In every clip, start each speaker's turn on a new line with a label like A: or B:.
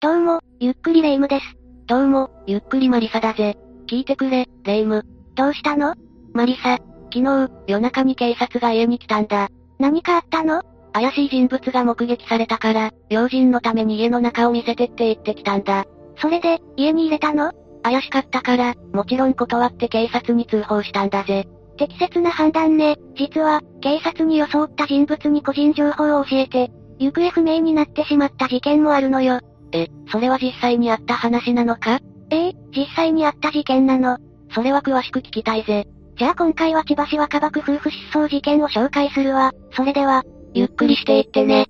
A: どうも、ゆっくりレ夢ムです。
B: どうも、ゆっくりマリサだぜ。聞いてくれ、レ夢ム。
A: どうしたの
B: マリサ、昨日、夜中に警察が家に来たんだ。
A: 何かあったの
B: 怪しい人物が目撃されたから、用心のために家の中を見せてって言ってきたんだ。
A: それで、家に入れたの
B: 怪しかったから、もちろん断って警察に通報したんだぜ。
A: 適切な判断ね。実は、警察に装った人物に個人情報を教えて、行方不明になってしまった事件もあるのよ。
B: え、それは実際にあった話なのか
A: ええ、実際にあった事件なの。
B: それは詳しく聞きたいぜ。
A: じゃあ今回は千葉市若葉区夫婦失踪事件を紹介するわ。それでは、
B: ゆっくりしていってね。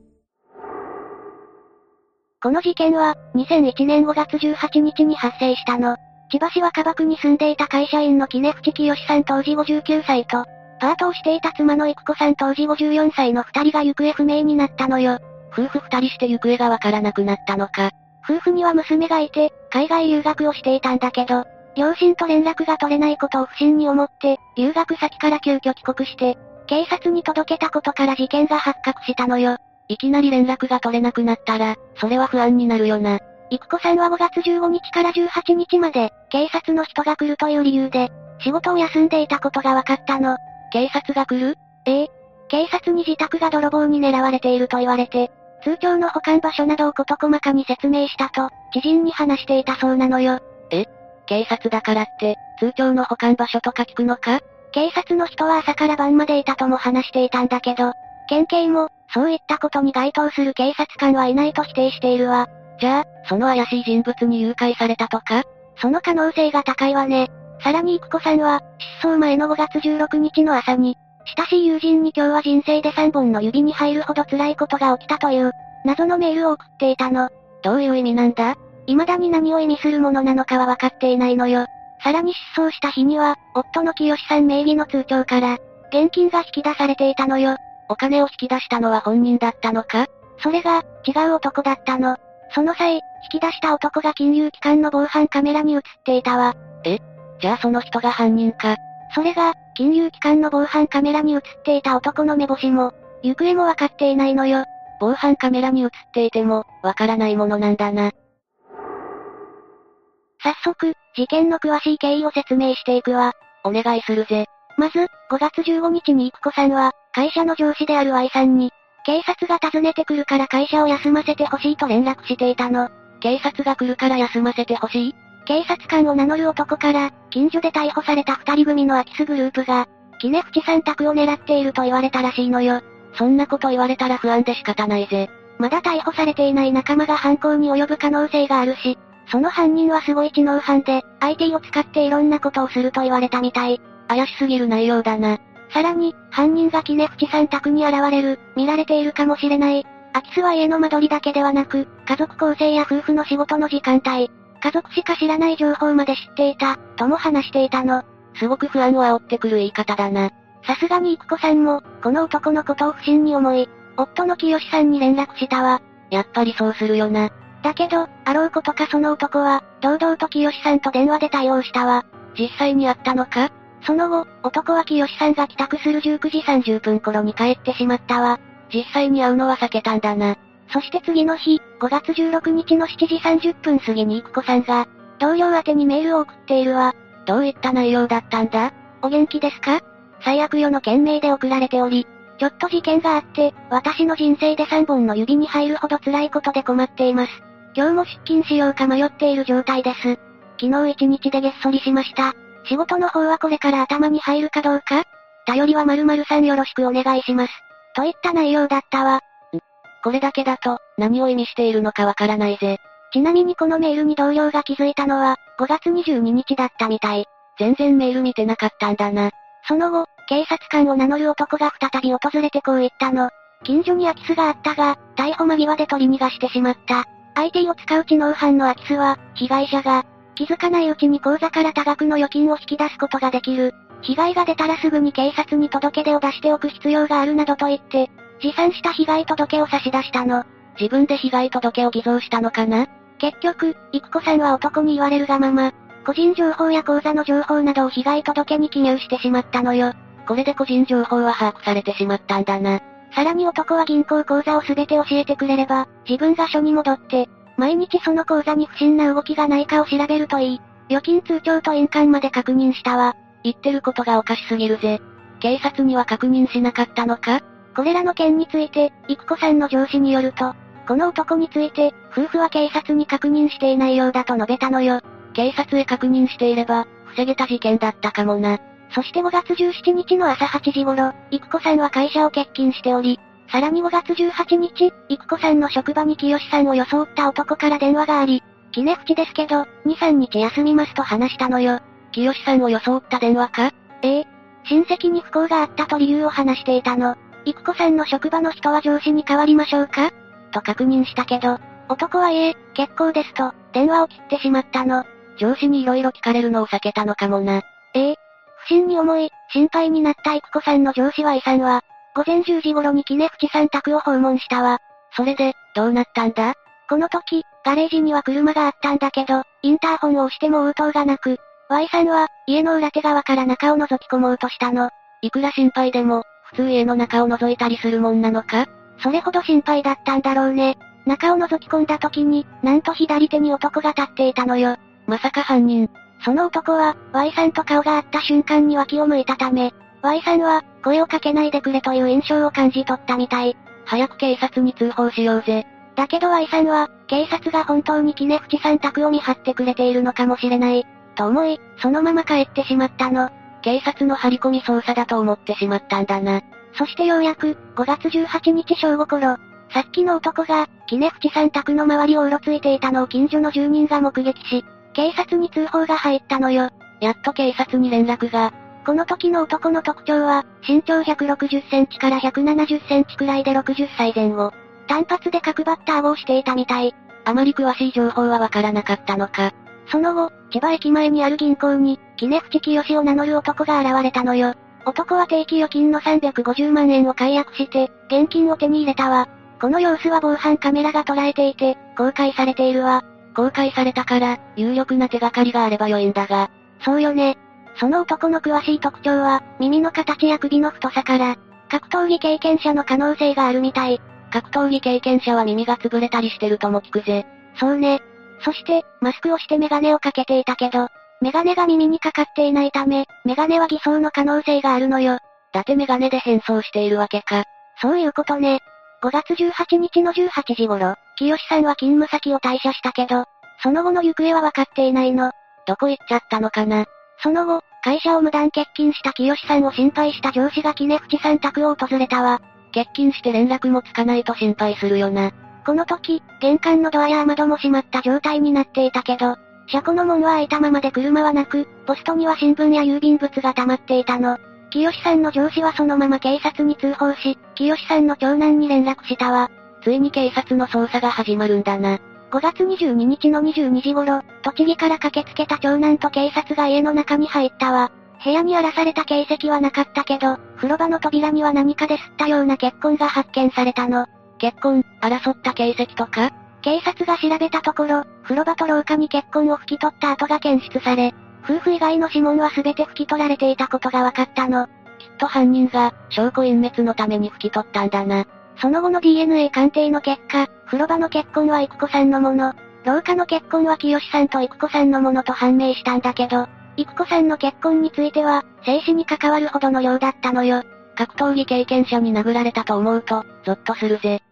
A: この事件は、2001年5月18日に発生したの。千葉市若葉区に住んでいた会社員の杵淵清さん当時59歳と、パートをしていた妻の育子さん当時54歳の二人が行方不明になったのよ。
B: 夫婦二人して行方がわからなくなったのか。
A: 夫婦には娘がいて、海外留学をしていたんだけど、両親と連絡が取れないことを不審に思って、留学先から急遽帰国して、警察に届けたことから事件が発覚したのよ。
B: いきなり連絡が取れなくなったら、それは不安になるよな。
A: 育子さんは5月15日から18日まで、警察の人が来るという理由で、仕事を休んでいたことが分かったの。
B: 警察が来る
A: ええ。警察に自宅が泥棒に狙われていると言われて、通帳の保管場所などを事細かに説明したと、知人に話していたそうなのよ。
B: え警察だからって、通帳の保管場所とか聞くのか
A: 警察の人は朝から晩までいたとも話していたんだけど、県警も、そういったことに該当する警察官はいないと否定しているわ。
B: じゃあ、その怪しい人物に誘拐されたとか
A: その可能性が高いわね。さらに育子さんは、失踪前の5月16日の朝に、親しい友人に今日は人生で3本の指に入るほど辛いことが起きたという、謎のメールを送っていたの。
B: どういう意味なんだ
A: 未だに何を意味するものなのかは分かっていないのよ。さらに失踪した日には、夫の清さん名義の通帳から、現金が引き出されていたのよ。
B: お金を引き出したのは本人だったのか
A: それが、違う男だったの。その際、引き出した男が金融機関の防犯カメラに映っていたわ。
B: えじゃあその人が犯人か。
A: それが、金融機関の防犯カメラに映っていた男の目星も、行方もわかっていないのよ。
B: 防犯カメラに映っていても、わからないものなんだな。
A: 早速、事件の詳しい経緯を説明していくわ。
B: お願いするぜ。
A: まず、5月15日に育子さんは、会社の上司である Y さんに、警察が訪ねてくるから会社を休ませてほしいと連絡していたの。
B: 警察が来るから休ませてほしい
A: 警察官を名乗る男から、近所で逮捕された二人組の空き巣グループが、キネフチさん宅を狙っていると言われたらしいのよ。
B: そんなこと言われたら不安で仕方ないぜ。
A: まだ逮捕されていない仲間が犯行に及ぶ可能性があるし、その犯人はすごい知能犯で、IT を使っていろんなことをすると言われたみたい。
B: 怪しすぎる内容だな。
A: さらに、犯人がキネフチさん宅に現れる、見られているかもしれない。空き巣は家の間取りだけではなく、家族構成や夫婦の仕事の時間帯、家族しか知らない情報まで知っていた、とも話していたの。
B: すごく不安を煽ってくる言い方だな。
A: さすがに育子さんも、この男のことを不審に思い、夫の清さんに連絡したわ。
B: やっぱりそうするよな。
A: だけど、あろうことかその男は、堂々と清さんと電話で対応したわ。
B: 実際にあったのか
A: その後、男は清さんが帰宅する19時30分頃に帰ってしまったわ。
B: 実際に会うのは避けたんだな。
A: そして次の日、5月16日の7時30分過ぎに育子さんが、同僚宛にメールを送っているわ。
B: どういった内容だったんだ
A: お元気ですか最悪よの件名で送られており、ちょっと事件があって、私の人生で3本の指に入るほど辛いことで困っています。今日も出勤しようか迷っている状態です。昨日一日でげっそりしました。仕事の方はこれから頭に入るかどうか頼りは〇〇さんよろしくお願いします。といった内容だったわ。
B: これだけだと、何を意味しているのかわからないぜ。
A: ちなみにこのメールに同僚が気づいたのは、5月22日だったみたい。
B: 全然メール見てなかったんだな。
A: その後、警察官を名乗る男が再び訪れてこう言ったの。近所に空き巣があったが、逮捕間際で取り逃がしてしまった。IT を使う知能犯の空き巣は、被害者が、気づかないうちに口座から多額の預金を引き出すことができる。被害が出たらすぐに警察に届け出を出しておく必要があるなどと言って、持参した被害届を差し出したの。
B: 自分で被害届を偽造したのかな
A: 結局、育子さんは男に言われるがまま、個人情報や口座の情報などを被害届に記入してしまったのよ。
B: これで個人情報は把握されてしまったんだな。
A: さらに男は銀行口座を全て教えてくれれば、自分が署に戻って、毎日その口座に不審な動きがないかを調べるといい。預金通帳と印鑑まで確認したわ。
B: 言ってることがおかしすぎるぜ。警察には確認しなかったのか
A: これらの件について、育子さんの上司によると、この男について、夫婦は警察に確認していないようだと述べたのよ。
B: 警察へ確認していれば、防げた事件だったかもな。
A: そして5月17日の朝8時頃、育子さんは会社を欠勤しており、さらに5月18日、育子さんの職場に清さんを装った男から電話があり、キネフチですけど、2、3日休みますと話したのよ。
B: 清さんを装った電話か
A: ええ。親戚に不幸があったと理由を話していたの。育子さんの職場の人は上司に変わりましょうかと確認したけど、男はええ、結構ですと、電話を切ってしまったの。
B: 上司に色々聞かれるのを避けたのかもな。
A: ええ。不審に思い、心配になった育子さんの上司は遺産は、午前10時頃にキネフチさん宅を訪問したわ。
B: それで、どうなったんだ
A: この時、ガレージには車があったんだけど、インターホンを押しても応答がなく、Y さんは、家の裏手側から中を覗き込もうとしたの。
B: いくら心配でも、普通家の中を覗いたりするもんなのか
A: それほど心配だったんだろうね。中を覗き込んだ時に、なんと左手に男が立っていたのよ。
B: まさか犯人。
A: その男は、Y さんと顔が合った瞬間に脇を向いたため、Y さんは、声をかけないでくれという印象を感じ取ったみたい。
B: 早く警察に通報しようぜ。
A: だけど Y さんは、警察が本当にキネフチさん宅を見張ってくれているのかもしれない。と思い、そのまま帰ってしまったの。
B: 警察の張り込み捜査だと思ってしまったんだな。
A: そしてようやく、5月18日正午頃、さっきの男が、キネフチさん宅の周りをうろついていたのを近所の住人が目撃し、警察に通報が入ったのよ。
B: やっと警察に連絡が。
A: この時の男の特徴は、身長160センチから170センチくらいで60歳前後。単発で角バッターをしていたみたい。
B: あまり詳しい情報はわからなかったのか。
A: その後、千葉駅前にある銀行に、キネフチキヨシを名乗る男が現れたのよ。男は定期預金の350万円を解約して、現金を手に入れたわ。この様子は防犯カメラが捉えていて、公開されているわ。
B: 公開されたから、有力な手がかりがあれば良いんだが。
A: そうよね。その男の詳しい特徴は、耳の形や首の太さから、格闘技経験者の可能性があるみたい。
B: 格闘技経験者は耳が潰れたりしてるとも聞くぜ。
A: そうね。そして、マスクをしてメガネをかけていたけど、メガネが耳にかかっていないため、メガネは偽装の可能性があるのよ。
B: だてメガネで変装しているわけか。
A: そういうことね。5月18日の18時頃、清さんは勤務先を退社したけど、その後の行方は分かっていないの。
B: どこ行っちゃったのかな。
A: その後、会社を無断欠勤した清さんを心配した上司がキネフチさん宅を訪れたわ。
B: 欠勤して連絡もつかないと心配するよな。
A: この時、玄関のドアや窓も閉まった状態になっていたけど、車庫の門は開いたままで車はなく、ポストには新聞や郵便物が溜まっていたの。清さんの上司はそのまま警察に通報し、清さんの長男に連絡したわ。
B: ついに警察の捜査が始まるんだな。
A: 5月22日の22時頃、栃木から駆けつけた長男と警察が家の中に入ったわ。部屋に荒らされた形跡はなかったけど、風呂場の扉には何かで吸ったような血痕が発見されたの。
B: 血痕、争った形跡とか
A: 警察が調べたところ、風呂場と廊下に血痕を拭き取った跡が検出され、夫婦以外の指紋は全て拭き取られていたことが分かったの。き
B: っと犯人が、証拠隠滅のために拭き取ったんだな。
A: その後の DNA 鑑定の結果、風呂場の血痕は育子さんのもの、廊下の血痕は清さんと育子さんのものと判明したんだけど、育子さんの血痕については、生死に関わるほどの量だったのよ。
B: 格闘技経験者に殴られたと思うと、ゾッとするぜ。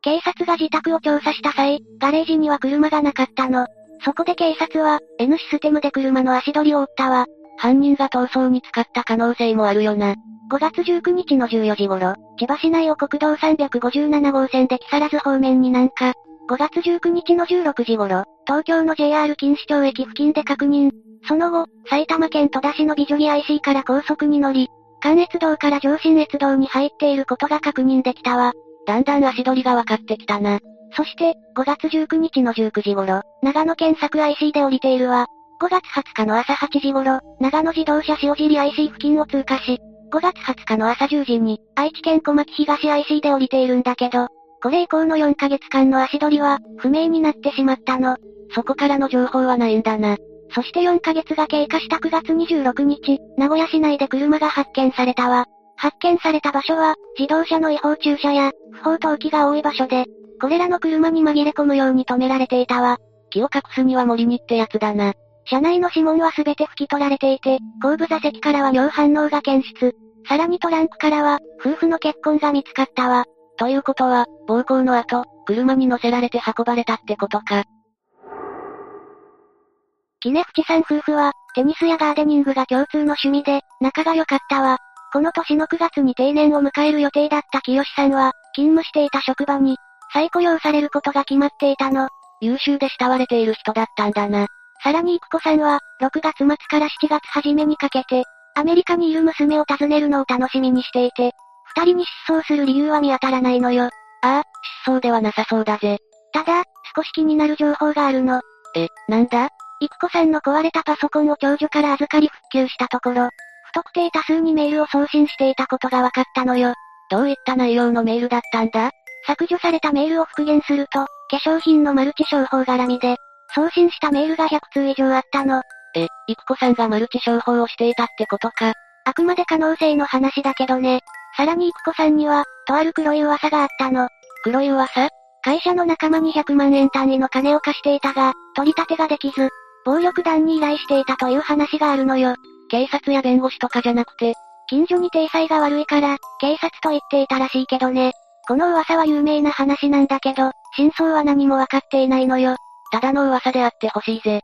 A: 警察が自宅を調査した際、ガレージには車がなかったの。そこで警察は、N システムで車の足取りを追ったわ。
B: 犯人が逃走に使った可能性もあるよな。
A: 5月19日の14時頃、千葉市内を国道357号線で木更津方面に南下。5月19日の16時頃、東京の JR 錦糸町駅付近で確認。その後、埼玉県戸田市の美女木 IC から高速に乗り、関越道から上信越道に入っていることが確認できたわ。
B: だんだん足取りが分かってきたな。
A: そして、5月19日の19時頃、長野県佐久 IC で降りているわ。5月20日の朝8時頃、長野自動車塩尻 IC 付近を通過し、5月20日の朝10時に、愛知県小牧東 IC で降りているんだけど、これ以降の4ヶ月間の足取りは、不明になってしまったの。
B: そこからの情報はないんだな。
A: そして4ヶ月が経過した9月26日、名古屋市内で車が発見されたわ。発見された場所は、自動車の違法駐車や、不法投棄が多い場所で、これらの車に紛れ込むように止められていたわ。
B: 気を隠すには森にってやつだな。
A: 車内の指紋は全て拭き取られていて、後部座席からは尿反応が検出。さらにトランクからは、夫婦の血痕が見つかったわ。
B: ということは、暴行の後、車に乗せられて運ばれたってことか。
A: キネフチさん夫婦は、テニスやガーデニングが共通の趣味で、仲が良かったわ。この年の9月に定年を迎える予定だった清さんは、勤務していた職場に、再雇用されることが決まっていたの。
B: 優秀で慕われている人だったんだな。
A: さらに育子さんは、6月末から7月初めにかけて、アメリカにいる娘を訪ねるのを楽しみにしていて、二人に失踪する理由は見当たらないのよ。あ
B: あ、失踪ではなさそうだぜ。
A: ただ、少し気になる情報があるの。
B: え、なんだ
A: 育子さんの壊れたパソコンを長女から預かり復旧したところ、不特定多数にメールを送信していたことが分かったのよ。
B: どういった内容のメールだったんだ
A: 削除されたメールを復元すると、化粧品のマルチ商法絡みで、送信したメールが100通以上あったの。
B: え、育子さんがマルチ商法をしていたってことか。
A: あくまで可能性の話だけどね。さらに育子さんには、とある黒い噂があったの。
B: 黒い噂
A: 会社の仲間に100万円単位の金を貸していたが、取り立てができず、暴力団に依頼していたという話があるのよ。
B: 警察や弁護士とかじゃなくて、
A: 近所に体裁が悪いから、警察と言っていたらしいけどね。この噂は有名な話なんだけど、真相は何もわかっていないのよ。
B: ただの噂であってほしいぜ。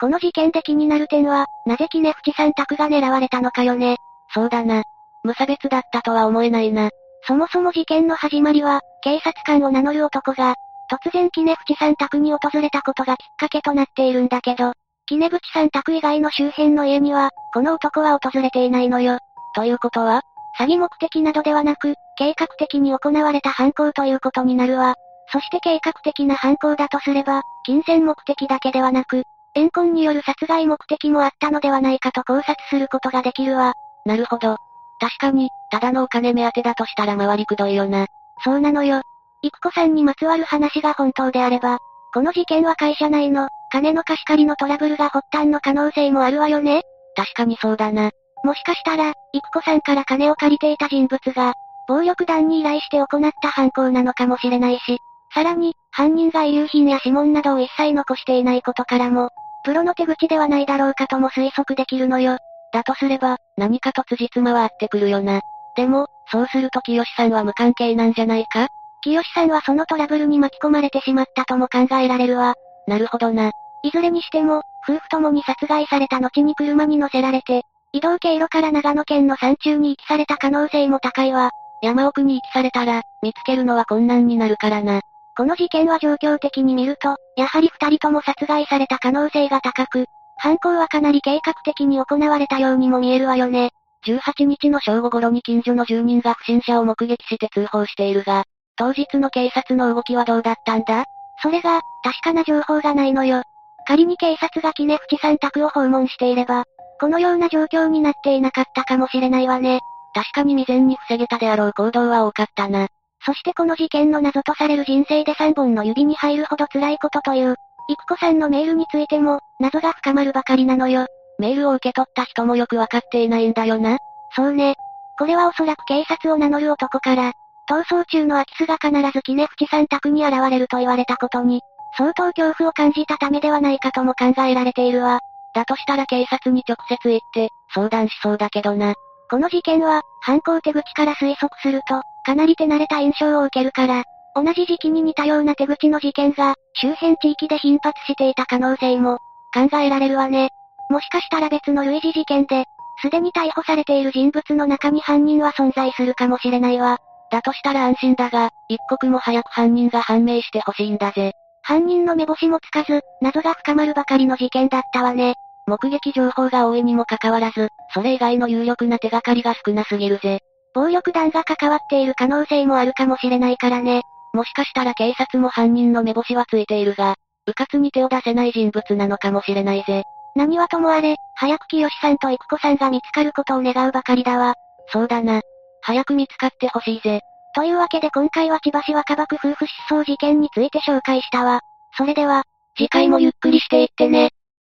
A: この事件で気になる点は、なぜキネフチさん宅が狙われたのかよね。
B: そうだな。無差別だったとは思えないな。
A: そもそも事件の始まりは、警察官を名乗る男が、突然キネフチさん宅に訪れたことがきっかけとなっているんだけど、キネブチさん宅以外の周辺の家には、この男は訪れていないのよ。
B: ということは
A: 詐欺目的などではなく、計画的に行われた犯行ということになるわ。そして計画的な犯行だとすれば、金銭目的だけではなく、怨恨による殺害目的もあったのではないかと考察することができるわ。
B: なるほど。確かに、ただのお金目当てだとしたら回りくどいよな。
A: そうなのよ。育子さんにまつわる話が本当であれば、この事件は会社内の、金の貸し借りのトラブルが発端の可能性もあるわよね。
B: 確かにそうだな。
A: もしかしたら、育子さんから金を借りていた人物が、暴力団に依頼して行った犯行なのかもしれないし、さらに、犯人が遺留品や指紋などを一切残していないことからも、プロの手口ではないだろうかとも推測できるのよ。
B: だとすれば、何かと辻褄は合ってくるよな。でも、そうすると清さんは無関係なんじゃないか
A: 清さんはそのトラブルに巻き込まれてしまったとも考えられるわ。
B: なるほどな。
A: いずれにしても、夫婦ともに殺害された後に車に乗せられて、移動経路から長野県の山中に遺棄された可能性も高いわ。
B: 山奥に遺棄されたら、見つけるのは困難になるからな。
A: この事件は状況的に見ると、やはり二人とも殺害された可能性が高く、犯行はかなり計画的に行われたようにも見えるわよね。
B: 18日の正午頃に近所の住人が不審者を目撃して通報しているが、当日の警察の動きはどうだったんだ
A: それが、確かな情報がないのよ。仮に警察がキネフチさん宅を訪問していれば、このような状況になっていなかったかもしれないわね。
B: 確かに未然に防げたであろう行動は多かったな。
A: そしてこの事件の謎とされる人生で3本の指に入るほど辛いことという、育子さんのメールについても、謎が深まるばかりなのよ。
B: メールを受け取った人もよくわかっていないんだよな。
A: そうね。これはおそらく警察を名乗る男から、逃走中の空き巣が必ずキネフチさん宅に現れると言われたことに、相当恐怖を感じたためではないかとも考えられているわ。
B: だとしたら警察に直接行って、相談しそうだけどな。
A: この事件は、犯行手口から推測すると、かなり手慣れた印象を受けるから、同じ時期に似たような手口の事件が、周辺地域で頻発していた可能性も、考えられるわね。もしかしたら別の類似事件で、すでに逮捕されている人物の中に犯人は存在するかもしれないわ。
B: だとしたら安心だが、一刻も早く犯人が判明してほしいんだぜ。
A: 犯人の目星もつかず、謎が深まるばかりの事件だったわね。
B: 目撃情報が多いにもかかわらず、それ以外の有力な手がかりが少なすぎるぜ。
A: 暴力団が関わっている可能性もあるかもしれないからね。
B: もしかしたら警察も犯人の目星はついているが、迂闊に手を出せない人物なのかもしれないぜ。
A: 何はともあれ、早く清さんと育子さんが見つかることを願うばかりだわ。
B: そうだな。早く見つかってほしいぜ。
A: というわけで今回は千葉市若葉区夫婦失踪事件について紹介したわ。それでは、
B: 次回もゆっくりしていってね。